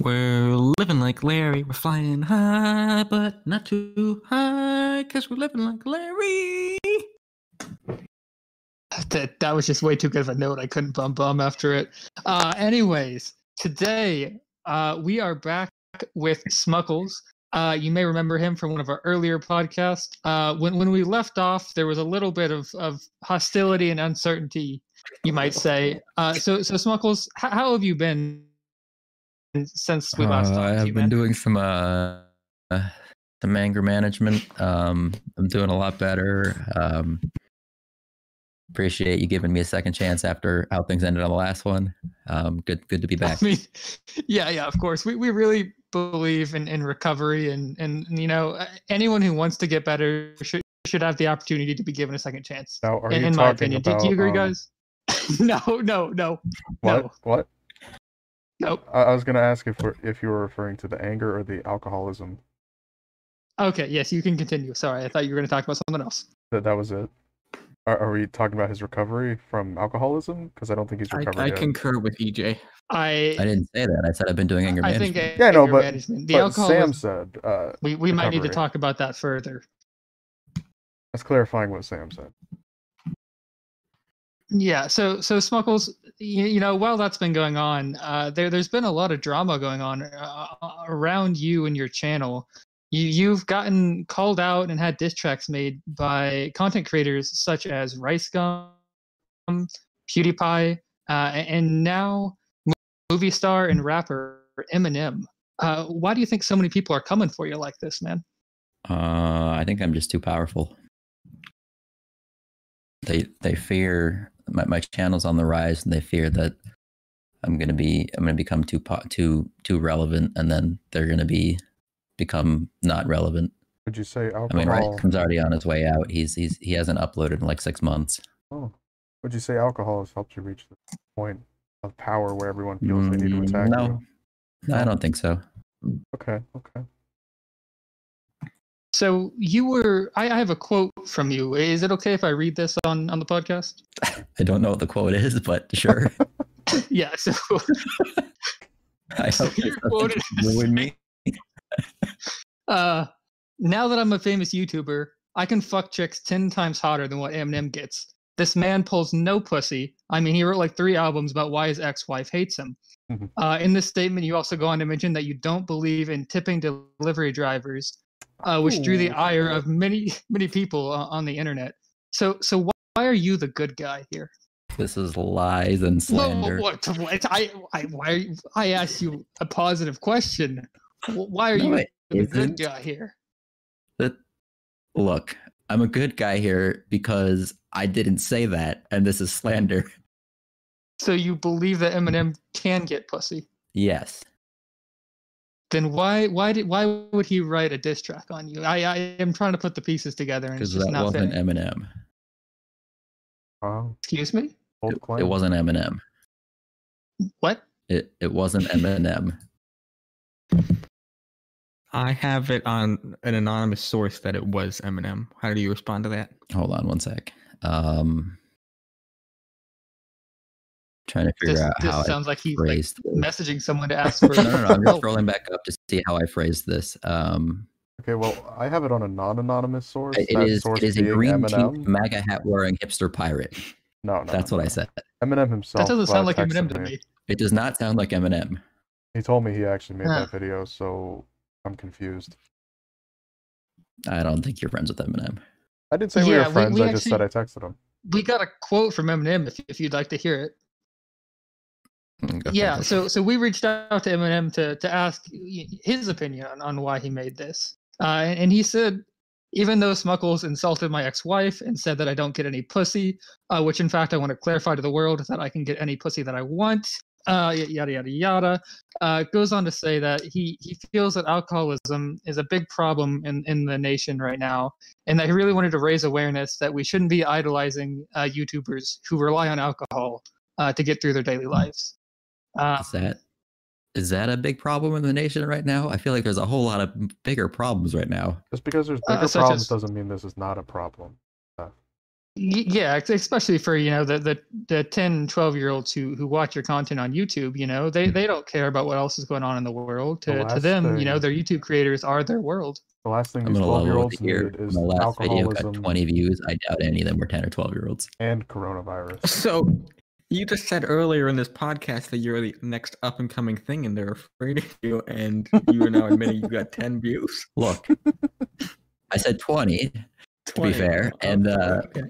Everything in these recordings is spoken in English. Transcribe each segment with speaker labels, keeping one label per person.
Speaker 1: We're living like Larry. We're flying high, but not too high, cause we're living like Larry.
Speaker 2: That that was just way too good of a note. I couldn't bum bum after it. Uh, anyways, today uh, we are back with Smuckles. Uh, you may remember him from one of our earlier podcasts. Uh, when when we left off, there was a little bit of of hostility and uncertainty, you might say. Uh, so so Smuckles, how, how have you been since we last
Speaker 3: Uh,
Speaker 2: talked?
Speaker 3: I
Speaker 2: to
Speaker 3: have
Speaker 2: you,
Speaker 3: been
Speaker 2: man?
Speaker 3: doing some uh, uh, some anger management. Um, I'm doing a lot better. Um, appreciate you giving me a second chance after how things ended on the last one. Um, good, good to be back.
Speaker 2: I mean, yeah, yeah, of course. We, we really believe in, in recovery and, and, you know, uh, anyone who wants to get better should, should have the opportunity to be given a second chance.
Speaker 4: Now, are
Speaker 2: in
Speaker 4: you
Speaker 2: in
Speaker 4: talking
Speaker 2: my opinion. Do,
Speaker 4: about,
Speaker 2: do you agree,
Speaker 4: um,
Speaker 2: guys? no, no, no,
Speaker 4: What?
Speaker 2: No.
Speaker 4: What?
Speaker 2: no.
Speaker 4: I, I was gonna ask if we're, if you were referring to the anger or the alcoholism.
Speaker 2: Okay, yes, you can continue. Sorry, I thought you were going to talk about something else.
Speaker 4: That that was it. Are, are we talking about his recovery from alcoholism? Because I don't think he's
Speaker 1: I,
Speaker 4: recovered
Speaker 1: I
Speaker 4: yet.
Speaker 1: concur with E EJ.
Speaker 2: I,
Speaker 3: I didn't say that. I said I've been doing anger
Speaker 2: I
Speaker 3: management.
Speaker 2: think a-
Speaker 4: Yeah, no,
Speaker 2: anger
Speaker 4: but-
Speaker 2: management. the
Speaker 4: But
Speaker 2: alcohol,
Speaker 4: Sam said. Uh,
Speaker 2: we, we might need to
Speaker 4: recovery.
Speaker 2: talk about that further.
Speaker 4: that's clarifying what Sam said.
Speaker 2: Yeah, so so Smuckles, you, you know, while that's been going on, uh, there there's been a lot of drama going on uh, around you and your channel. You you've gotten called out and had diss tracks made by content creators such as Rice Gum, PewDiePie, uh, and now mo- movie star and rapper Eminem. Uh, why do you think so many people are coming for you like this, man?
Speaker 3: Uh, I think I'm just too powerful. They they fear my, my channel's on the rise, and they fear that I'm gonna be I'm gonna become too po- too too relevant, and then they're gonna be become not relevant.
Speaker 4: Would you say
Speaker 3: I mean,
Speaker 4: alcohol?
Speaker 3: right? Comes already on his way out. He's he's he hasn't uploaded in like six months.
Speaker 4: oh. Would you say alcohol has helped you reach the point of power where everyone feels they need to
Speaker 3: Mm,
Speaker 4: attack
Speaker 3: no.
Speaker 4: you?
Speaker 3: No, I don't think so.
Speaker 4: Okay. Okay.
Speaker 2: So you were I, I have a quote from you. Is it okay if I read this on on the podcast?
Speaker 3: I don't know what the quote is, but sure.
Speaker 2: Yeah, so
Speaker 3: I hope
Speaker 2: Your
Speaker 3: it doesn't
Speaker 2: quote is-
Speaker 3: ruin me.
Speaker 2: Uh, now that I'm a famous YouTuber, I can fuck chicks 10 times hotter than what Eminem gets. This man pulls no pussy. I mean, he wrote like three albums about why his ex wife hates him.
Speaker 3: Mm-hmm.
Speaker 4: Mhm.
Speaker 2: Uh, in this statement, you also go on to mention that you don't believe in tipping delivery drivers, uh, which drew the
Speaker 4: Ooh.
Speaker 2: ire of many, many people uh, on the internet. So, so why, why are you the good guy here?
Speaker 3: This is lies and
Speaker 2: Whoa,
Speaker 3: slander.
Speaker 2: what, what? I, I, why are you, I asked you a positive question. Wh- Why are
Speaker 3: No,
Speaker 2: you
Speaker 3: it
Speaker 2: the good
Speaker 3: isn't.
Speaker 2: guy here?
Speaker 3: that look i'm a good guy here because i didn't say that and this is slander
Speaker 2: So you believe that Eminem can get pussy?
Speaker 3: yes
Speaker 2: Then why why did why would he write a diss track on you? I I am trying to put the pieces together and it's
Speaker 3: because
Speaker 2: just
Speaker 3: that
Speaker 2: not
Speaker 3: wasn't
Speaker 2: fitting.
Speaker 3: eminem
Speaker 4: Wow.
Speaker 2: Excuse me?
Speaker 4: Old
Speaker 3: it,
Speaker 4: claim.
Speaker 3: it wasn't eminem
Speaker 2: What?
Speaker 3: it, it wasn't eminem
Speaker 1: I have it on an anonymous source that it was Eminem. How do you respond to that?
Speaker 3: hold on one sec um trying to figure
Speaker 2: This,
Speaker 3: out how
Speaker 2: this
Speaker 3: i
Speaker 2: sounds like he's like
Speaker 3: phrased this.
Speaker 2: messaging someone to ask for Oh,
Speaker 3: no no no i'm just
Speaker 2: help.
Speaker 3: rolling back up to see how i phrased this um
Speaker 4: Okay. Well, I have it on a non-anonymous source.
Speaker 3: it-
Speaker 4: that
Speaker 3: it is
Speaker 4: source
Speaker 3: it is a
Speaker 4: being
Speaker 3: green
Speaker 4: Eminem.
Speaker 3: teeth maga hat wearing hipster pirate
Speaker 4: Oh, No, no.
Speaker 3: that's
Speaker 4: no,
Speaker 3: what i
Speaker 4: no.
Speaker 3: said
Speaker 4: Eminem himself.
Speaker 2: That doesn't sound
Speaker 4: uh,
Speaker 2: like Eminem
Speaker 4: texted
Speaker 2: to me.
Speaker 3: it does not sound like eminem
Speaker 4: He told me he actually made
Speaker 2: Huh.
Speaker 4: that video, so I'm confused.
Speaker 3: i don't think you're friends with eminem
Speaker 4: I didn't say we
Speaker 2: Yeah,
Speaker 4: were
Speaker 2: we-
Speaker 4: friends.
Speaker 2: we
Speaker 4: I just said I texted him.
Speaker 2: We got a quote from Eminem if, if you'd like to hear it.
Speaker 3: Mm, go for it,
Speaker 2: yeah
Speaker 3: go for it.
Speaker 2: so so we reached out to eminem to to ask y- his opinion on, on why he made this uh, and, and he said even though smuckles insulted my ex-wife and said that i don't get any pussy uh, which in fact i want to clarify to the world that i can get any pussy that i want uh, y- yada yada yada uh, goes on to say that he he feels that alcoholism is a big problem in in the nation right now and that he really wanted to raise awareness that we shouldn't be idolizing uh, youtubers who rely on alcohol uh, to get through their daily lives uh,
Speaker 3: Is that is that a big problem in the nation right now? I feel like there's a whole lot of m- bigger problems right now.
Speaker 4: Just because there's
Speaker 2: Uh,
Speaker 4: bigger
Speaker 2: such
Speaker 4: problems
Speaker 2: as-
Speaker 4: doesn't mean this is not a problem.
Speaker 2: Y- yeah ex- especially for you know the the, the 10 12 year olds who who watch your content on youtube you know they they don't care about what else is going on in the world
Speaker 4: The
Speaker 2: to, to
Speaker 4: last
Speaker 2: them you
Speaker 4: thing-
Speaker 2: know their youtube creators are their world
Speaker 4: The last thing
Speaker 3: I'm
Speaker 4: these
Speaker 3: gonna
Speaker 4: 12 year
Speaker 3: level with
Speaker 4: olds
Speaker 3: the year.
Speaker 4: need is
Speaker 3: My last video got
Speaker 4: alcoholism
Speaker 3: 20 views. I doubt any of them were 10 or 12 year olds.
Speaker 4: and coronavirus.
Speaker 1: So you just said earlier in this podcast that you're the next up and coming thing, and they're afraid of you, and you are now admitting you got ten views.
Speaker 3: Look, I said 20 to be
Speaker 1: 20.
Speaker 3: fair, and uh,
Speaker 1: Okay.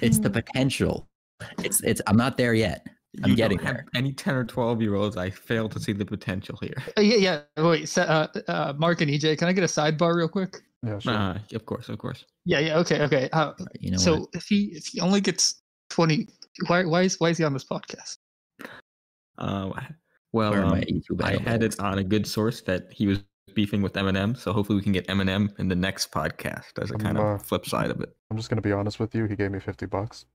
Speaker 3: it's
Speaker 2: Hmm.
Speaker 3: the potential. It's it's. I'm not there yet. I'm
Speaker 1: you
Speaker 3: getting
Speaker 1: don't have
Speaker 3: there.
Speaker 1: any ten or twelve year olds. I fail to see the potential here.
Speaker 2: Uh, yeah yeah wait so, uh, uh, mark and ej can i get a sidebar real quick
Speaker 4: Yeah, sure.
Speaker 1: Uh, of course, of course.
Speaker 2: yeah yeah okay okay uh,
Speaker 3: You know.
Speaker 2: so
Speaker 3: what?
Speaker 2: if he if he only gets 20 why why is why is he on this podcast
Speaker 1: Uh, well,
Speaker 3: Where are my
Speaker 1: um,
Speaker 3: YouTube
Speaker 1: I
Speaker 3: analytics?
Speaker 1: had it on a good source that he was beefing with Eminem, so hopefully we can get Eminem in the next podcast as a
Speaker 4: Um,
Speaker 1: kind
Speaker 4: uh,
Speaker 1: of flip side of it.
Speaker 4: I'm just gonna be honest with you. He gave me 50 bucks.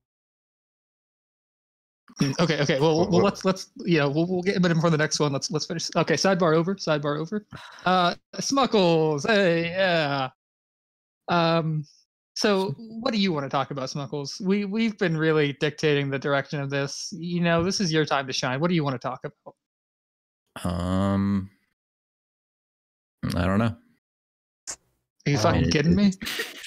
Speaker 2: Hmm, okay okay well,
Speaker 4: Well,
Speaker 2: well
Speaker 4: well-
Speaker 2: let's let's yeah we'll, we'll get him in for the next one let's let's finish okay sidebar over sidebar over uh smuckles hey yeah um so what do you want to talk about smuckles we we've been really dictating the direction of this you know this is your time to shine what do you want to talk about
Speaker 3: Um, I don't know.
Speaker 2: are you
Speaker 4: Um,
Speaker 2: fucking kidding me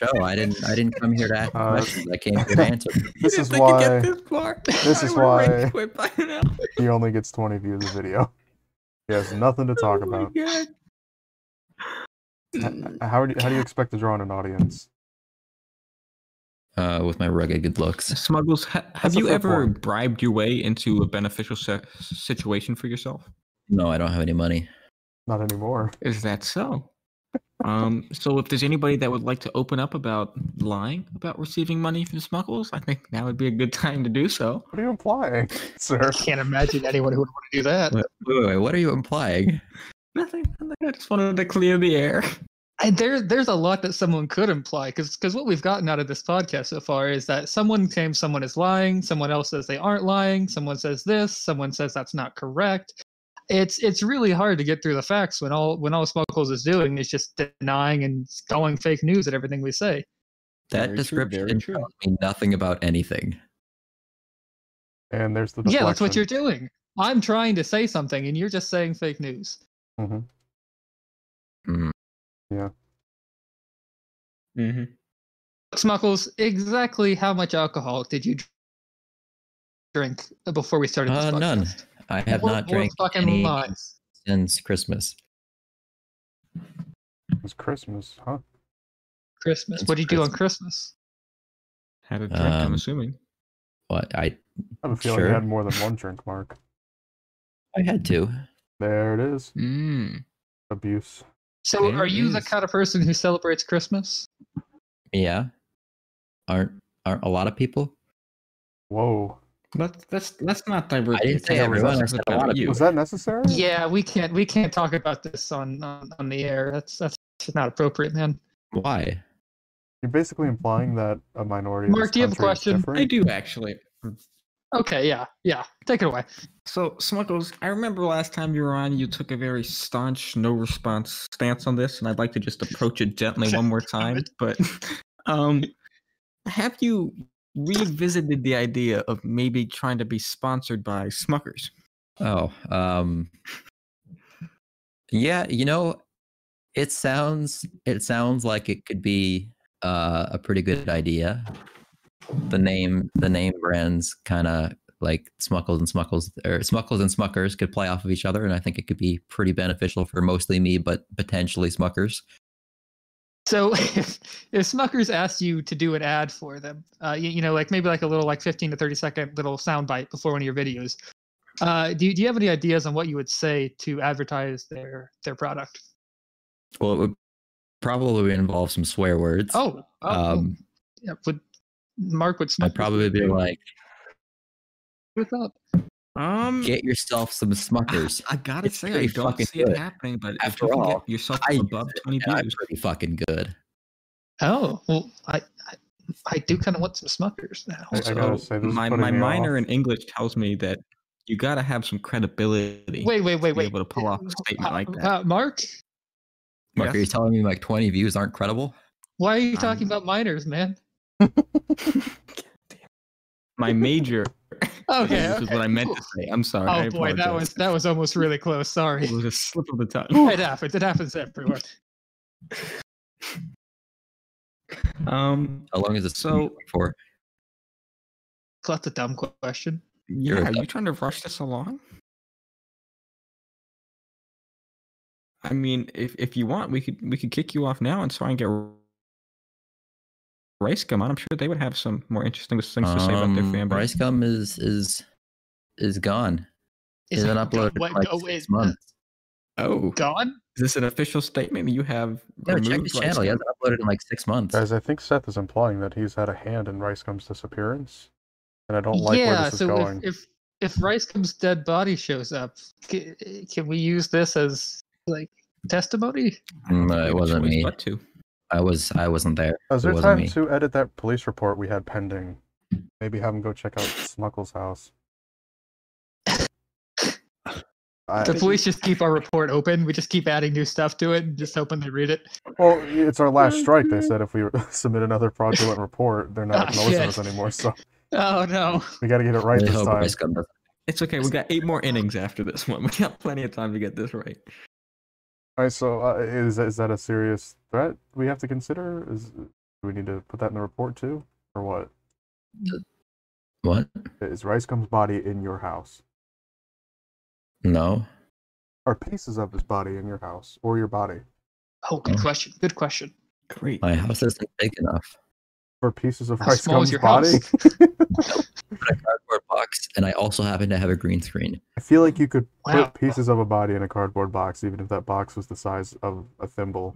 Speaker 3: Joe, I didn't. I didn't come here to ask
Speaker 4: Uh,
Speaker 3: questions. I came here to answer.
Speaker 4: This is why
Speaker 1: this far.
Speaker 4: this I is would've already why-
Speaker 1: Quit by now.
Speaker 4: he only gets 20 views a video. He has nothing to
Speaker 1: Oh
Speaker 3: Oh
Speaker 4: talk about. H- How do you, how do you expect to draw in an audience?
Speaker 3: Uh, with my rugged good looks.
Speaker 1: Smuggles, ha- have
Speaker 4: That's a
Speaker 1: you
Speaker 4: fair
Speaker 1: ever
Speaker 4: point.
Speaker 1: bribed your way into a beneficial se- situation for yourself?
Speaker 3: No, I don't have any money.
Speaker 4: Not anymore.
Speaker 1: Is that so? Um, so if there's anybody that would like to open up about lying about receiving money from smuggles, I think that would be a good time to do so.
Speaker 4: What are you implying, sir?
Speaker 2: i can't imagine anyone who would want to do that
Speaker 3: Wait, wait, wait, what are you implying?
Speaker 1: Nothing, nothing. I just wanted to clear the air.
Speaker 2: And there, there's a lot that someone could imply because what we've gotten out of this podcast so far is that someone claims someone is lying, someone else says they aren't lying, someone says this, someone says that's not correct. It's it's really hard to get through the facts when all when all Smuckles is doing is just denying and going fake news at everything we say.
Speaker 3: That
Speaker 5: Very true,
Speaker 3: description
Speaker 5: very true.
Speaker 3: tells me nothing about anything.
Speaker 4: And there's the
Speaker 2: Yeah, that's what you're
Speaker 4: deflection.
Speaker 2: doing. I'm trying to say something and you're just saying fake news.
Speaker 4: Mhm.
Speaker 3: Hmm,
Speaker 1: Mm-hmm.
Speaker 2: Smuckles, exactly how much alcohol did you drink before we started this
Speaker 3: Uh,
Speaker 2: podcast?
Speaker 3: none. I have
Speaker 2: More-
Speaker 3: not
Speaker 2: more
Speaker 3: drank
Speaker 2: fucking
Speaker 3: any
Speaker 2: lies.
Speaker 3: since Christmas.
Speaker 4: It's Christmas, huh?
Speaker 2: Christmas.
Speaker 3: It's
Speaker 2: What do you do on Christmas?
Speaker 1: Had a drink, I'm
Speaker 3: Um,
Speaker 1: assuming.
Speaker 3: What I
Speaker 4: I have a feeling
Speaker 3: Sure.
Speaker 4: you had more than one drink, Mark.
Speaker 3: I had to.
Speaker 4: There it is.
Speaker 1: Mm.
Speaker 4: Abuse.
Speaker 2: So,
Speaker 1: There
Speaker 2: are you the
Speaker 1: is.
Speaker 2: kind of person who celebrates Christmas?
Speaker 3: Yeah, aren't aren't a lot of people?
Speaker 4: Whoa.
Speaker 1: Let's let's let's not divert.
Speaker 3: I didn't
Speaker 1: the
Speaker 3: say
Speaker 1: conversation
Speaker 3: everyone, I said a
Speaker 1: about
Speaker 3: lot of
Speaker 1: you.
Speaker 4: Was that necessary?
Speaker 2: Yeah, we can't. We can't talk about this on on, on the air. That's that's not appropriate, man.
Speaker 3: Why?
Speaker 4: You're basically implying that a minority. of
Speaker 2: Mark,
Speaker 4: this
Speaker 2: do you have a
Speaker 4: country is
Speaker 2: question?
Speaker 4: different?
Speaker 1: I do actually.
Speaker 2: Okay, yeah, yeah. Take it away.
Speaker 1: So Smuggles, I remember last time you were on, you took a very staunch no response stance on this, and I'd like to just approach it gently one more time. But um, have you revisited the idea of maybe trying to be sponsored by Smuckers?
Speaker 3: Oh, um, yeah. You know, it sounds it sounds like it could be uh, a pretty good idea. The name the name brands kind of like Smuckles and Smuckles or Smuckles and Smuckers could play off of each other, and I think it could be pretty beneficial for mostly me, but potentially Smuckers.
Speaker 2: So, if, if Smuckers asked you to do an ad for them, uh, you, you know, like maybe like a little like fifteen to thirty second little soundbite before one of your videos, uh, do you- do you have any ideas on what you would say to advertise their their product?
Speaker 3: Well, it would probably involve some swear words.
Speaker 2: Oh, oh, oh,
Speaker 3: um,
Speaker 2: yeah, would Mark would
Speaker 3: I'd
Speaker 2: Smuckers
Speaker 3: probably be like,
Speaker 2: with that?
Speaker 1: Um,
Speaker 3: get yourself some Smuckers.
Speaker 1: I gotta
Speaker 3: It's
Speaker 1: say, I
Speaker 3: pretty
Speaker 1: don't
Speaker 3: fucking
Speaker 1: see it
Speaker 3: good.
Speaker 1: happening. But
Speaker 3: After
Speaker 1: if you can
Speaker 3: all,
Speaker 1: get yourself
Speaker 3: I use
Speaker 1: above twenty
Speaker 3: and I'm
Speaker 1: views,
Speaker 3: pretty fucking good.
Speaker 2: Oh well, I I, I do kind of want some Smuckers now.
Speaker 4: I- I
Speaker 1: so
Speaker 4: gotta say, this is
Speaker 1: my
Speaker 4: putting
Speaker 1: my
Speaker 4: me
Speaker 1: minor
Speaker 4: off.
Speaker 1: in English tells me that you gotta have some credibility.
Speaker 2: Wait, wait, wait,
Speaker 1: to be
Speaker 2: wait.
Speaker 1: able to pull off a statement
Speaker 2: Uh,
Speaker 1: like that.
Speaker 2: uh, Mark,
Speaker 3: Mark, are you
Speaker 1: Yes.
Speaker 3: telling me like 20 views aren't credible?
Speaker 2: why are you
Speaker 1: Um,
Speaker 2: talking about minors, man?
Speaker 1: my major.
Speaker 2: Okay.
Speaker 1: this is
Speaker 2: okay.
Speaker 1: what I meant
Speaker 2: cool.
Speaker 1: to say. I'm sorry. I
Speaker 2: Oh boy, that
Speaker 1: apologize.
Speaker 2: was that was almost really close. Sorry.
Speaker 1: It was a slip of the tongue.
Speaker 2: It happens. It happens everywhere.
Speaker 1: Um,
Speaker 3: How long is this
Speaker 1: So-
Speaker 3: for?
Speaker 2: That's a dumb qu- question.
Speaker 1: yeah,
Speaker 3: Sure.
Speaker 1: are you trying to rush this along? I mean, if if you want, we could we could kick you off now and try and get Rice Gum on. I'm sure they would have some more interesting things to say about their
Speaker 3: Um,
Speaker 1: fan base.
Speaker 3: Rice gum is is is gone. It's been uploaded
Speaker 2: What,
Speaker 3: in like
Speaker 2: go-
Speaker 3: six
Speaker 2: is-
Speaker 3: months.
Speaker 1: Oh,
Speaker 2: Gone?
Speaker 1: is this an official statement that you have?
Speaker 3: No, check
Speaker 1: removed
Speaker 3: his
Speaker 1: Rice
Speaker 3: channel. He
Speaker 1: Gum?
Speaker 3: hasn't uploaded in like six months.
Speaker 4: Guys, I think Seth is implying that he's had a hand in Rice Gum's disappearance, and I don't like where
Speaker 2: yeah.
Speaker 4: this is
Speaker 2: So
Speaker 4: going.
Speaker 2: if, if if Rice Combs' dead body shows up, can, can we use this as like testimony?
Speaker 1: I don't
Speaker 3: No,
Speaker 1: think we
Speaker 3: Mm, it
Speaker 1: have a
Speaker 3: wasn't
Speaker 1: choice
Speaker 3: me.
Speaker 1: but to.
Speaker 3: I was I wasn't there. It
Speaker 4: Is there
Speaker 3: wasn't
Speaker 4: time
Speaker 3: me.
Speaker 4: to edit that police report we had pending? Maybe have him go check out Smuckle's house. I,
Speaker 2: The police just keep our report open. We just keep adding new stuff to it and just hoping they read it.
Speaker 4: well, it's our last
Speaker 2: Oh,
Speaker 4: strike. They said if we submit another fraudulent report, they're
Speaker 2: Ah,
Speaker 4: not going to listen to
Speaker 2: shit.
Speaker 4: us anymore. So
Speaker 2: Oh no.
Speaker 4: we got to get it right
Speaker 3: I
Speaker 4: this
Speaker 3: hope
Speaker 4: time.
Speaker 3: Rice gum doesn't-
Speaker 1: It's okay. We got eight more innings after this one. We got plenty of time to get this right.
Speaker 4: All right. So uh, is is that a serious threat we have to consider? Is do we need to put that in the report too, or what?
Speaker 3: What?
Speaker 4: Is Rice Gum's body in your house?
Speaker 3: No.
Speaker 4: Are pieces of his body in your house or your body?
Speaker 2: Oh, good question. Good question.
Speaker 1: Great.
Speaker 3: My house isn't big enough.
Speaker 4: Or pieces of
Speaker 2: How
Speaker 4: Rice
Speaker 2: small is
Speaker 4: Gum's
Speaker 2: your
Speaker 4: body?
Speaker 2: house?
Speaker 3: But a cardboard box, and I also happen to have a green screen.
Speaker 4: I feel like you could
Speaker 2: Wow.
Speaker 4: put pieces of a body in a cardboard box, even if that box was the size of a thimble.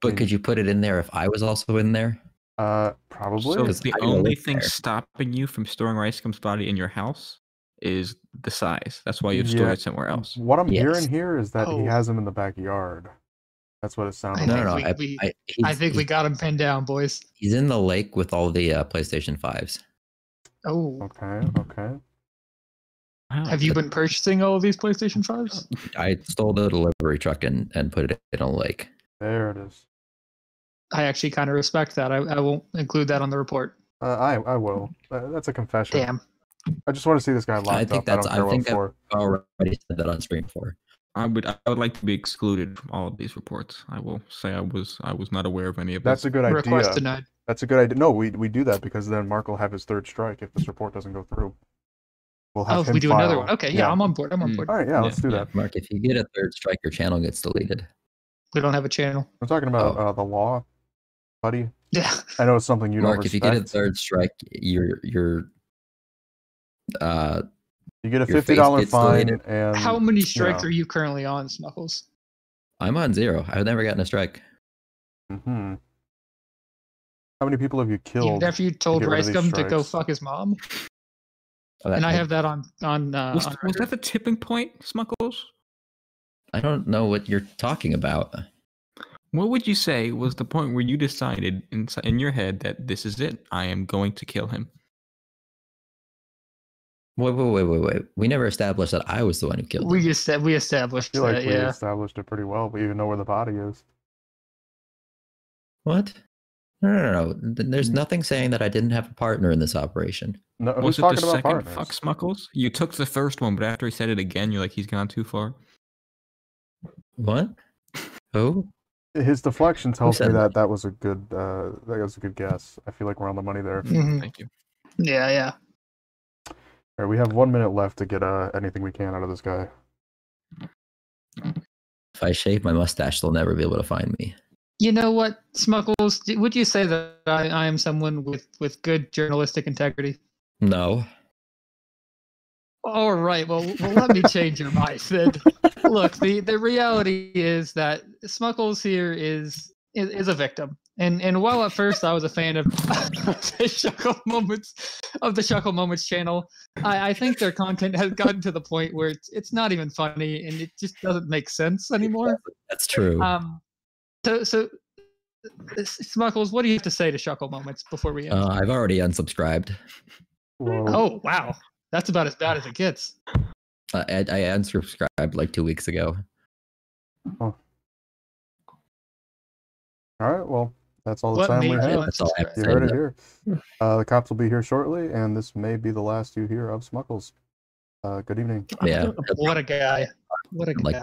Speaker 3: But
Speaker 2: Hmm.
Speaker 3: could you put it in there if I was also in there?
Speaker 4: Uh,
Speaker 1: So
Speaker 4: probably.
Speaker 3: Because
Speaker 1: the
Speaker 3: I don't
Speaker 1: only
Speaker 3: live
Speaker 1: thing
Speaker 3: there.
Speaker 1: stopping you from storing Rice Gum's body in your house is the size. That's why you'd
Speaker 4: Yeah.
Speaker 1: store it somewhere else.
Speaker 4: What I'm
Speaker 3: Yes.
Speaker 4: hearing here is that
Speaker 2: Oh.
Speaker 4: he has him in the backyard. That's what it sounded
Speaker 2: I
Speaker 3: No,
Speaker 4: like.
Speaker 3: no, no.
Speaker 2: think
Speaker 3: I,
Speaker 2: we- we-
Speaker 3: I, he's,
Speaker 2: I think we got him pinned down, boys.
Speaker 3: he's in the lake with all the uh, PlayStation fives.
Speaker 2: Oh,
Speaker 4: Okay, okay.
Speaker 2: have you been purchasing all of these PlayStation Fives?
Speaker 3: I stole the delivery truck and, and put it in a lake.
Speaker 4: There it is.
Speaker 2: I actually kind of respect that. I, I won't include that on the report.
Speaker 4: Uh, I I will. Uh, that's a confession.
Speaker 2: Damn.
Speaker 4: I just want to see this guy locked
Speaker 3: think
Speaker 4: up. I
Speaker 3: that's-
Speaker 4: don't
Speaker 3: I
Speaker 4: care what
Speaker 3: think that-
Speaker 4: for.
Speaker 3: I already said that on screen before.
Speaker 1: I would. I would like to be excluded from all of these reports. I will say I was. I was not aware of any of
Speaker 4: That's
Speaker 1: this.
Speaker 4: a good
Speaker 2: Request
Speaker 4: idea.
Speaker 2: denied.
Speaker 4: That's a good idea. No, we we do that because then Mark will have his third strike if this report doesn't go through. We'll have
Speaker 2: Oh,
Speaker 4: him
Speaker 2: we do another
Speaker 4: file-
Speaker 2: one. Okay, yeah, I'm on board. I'm on
Speaker 3: Hmm.
Speaker 1: Mm.
Speaker 2: board.
Speaker 4: All right, yeah,
Speaker 1: Yeah,
Speaker 4: let's do
Speaker 1: yeah.
Speaker 4: that.
Speaker 3: Mark, if you get a third strike, your channel gets deleted.
Speaker 2: We don't have a channel.
Speaker 4: We're talking about
Speaker 3: Oh.
Speaker 4: uh, the law, buddy.
Speaker 2: Yeah.
Speaker 4: I know it's something you don't
Speaker 3: Mark, if you get a
Speaker 4: respect.
Speaker 3: third strike, your your uh
Speaker 4: You get
Speaker 3: Your
Speaker 4: a
Speaker 3: face
Speaker 4: fifty dollar
Speaker 3: gets
Speaker 4: fine,
Speaker 3: deleted.
Speaker 4: and
Speaker 2: How many strikes
Speaker 4: Um, yeah.
Speaker 2: are you currently on, Snuffles?
Speaker 3: I'm on zero. I've never gotten a strike.
Speaker 4: Mhm. how many people have you
Speaker 2: Even
Speaker 4: killed?
Speaker 2: after you told
Speaker 4: get rid of these
Speaker 2: Ricegum to go
Speaker 4: strikes.
Speaker 2: fuck his mom,
Speaker 3: Oh, that-
Speaker 2: and I have that on on. Uh,
Speaker 1: was,
Speaker 2: on
Speaker 1: was
Speaker 2: record.
Speaker 1: that the tipping point, Smuckles?
Speaker 3: I don't know what you're talking about.
Speaker 1: What would you say was the point where you decided in, in your head that this is it? I am going to kill him.
Speaker 3: Wait, wait, wait, wait, wait. We never established that I was the one who killed
Speaker 2: we
Speaker 3: him.
Speaker 2: just said we established
Speaker 4: I feel like
Speaker 2: that.
Speaker 4: we
Speaker 2: Yeah.
Speaker 4: established it pretty well. We even know where the body is.
Speaker 3: What? No, no, no, no. Th-
Speaker 2: Mm.
Speaker 3: There's nothing saying that I didn't have a partner in this operation.
Speaker 4: No, Oh, who's
Speaker 1: was it the
Speaker 4: talking about
Speaker 1: second
Speaker 4: partners?
Speaker 1: fuck Smuckles? You took the first one, but after he said it again, you're like, he's gone too far.
Speaker 3: What? Who?
Speaker 4: His deflection tells me
Speaker 3: said
Speaker 4: that,
Speaker 3: that?
Speaker 4: that was a good uh, that was a good guess. I feel like we're on the money there. All
Speaker 2: Mhm.
Speaker 1: Mm, Thank you.
Speaker 2: Yeah. Yeah.
Speaker 4: right, we have one minute left to get uh, anything we can out of this guy.
Speaker 3: If I shave my mustache, they'll never be able to find me.
Speaker 2: You know what, Smuggles? d- Would you say that I, I am someone with with good journalistic integrity?
Speaker 3: No.
Speaker 2: All right. Well, w- well let me change your mind, then. Look, the, the reality is that Smuckles here is, is is a victim. And and while at first I was a fan of the Shuckle Moments of the Shuckle Moments channel, I, I think their content has gotten to the point where it's it's not even funny and it just doesn't make sense anymore.
Speaker 3: That's true.
Speaker 2: Um so so uh, S- Smuckles, what do you have to say to Shuckle Moments before we end?
Speaker 3: uh, I've already unsubscribed.
Speaker 4: Whoa.
Speaker 2: oh wow. That's about as bad as it gets.
Speaker 3: Uh, I, I unsubscribed like two weeks ago.
Speaker 4: All right, well, That's all the
Speaker 2: What
Speaker 4: time we
Speaker 2: made
Speaker 4: have.
Speaker 2: you-
Speaker 3: That's all I have to
Speaker 4: You
Speaker 3: say.
Speaker 4: heard it here. Uh, the cops will be here shortly, and this may be the last you hear of Smuckles. Uh, good evening.
Speaker 3: Yeah.
Speaker 2: What a guy. What a guy.
Speaker 3: Like-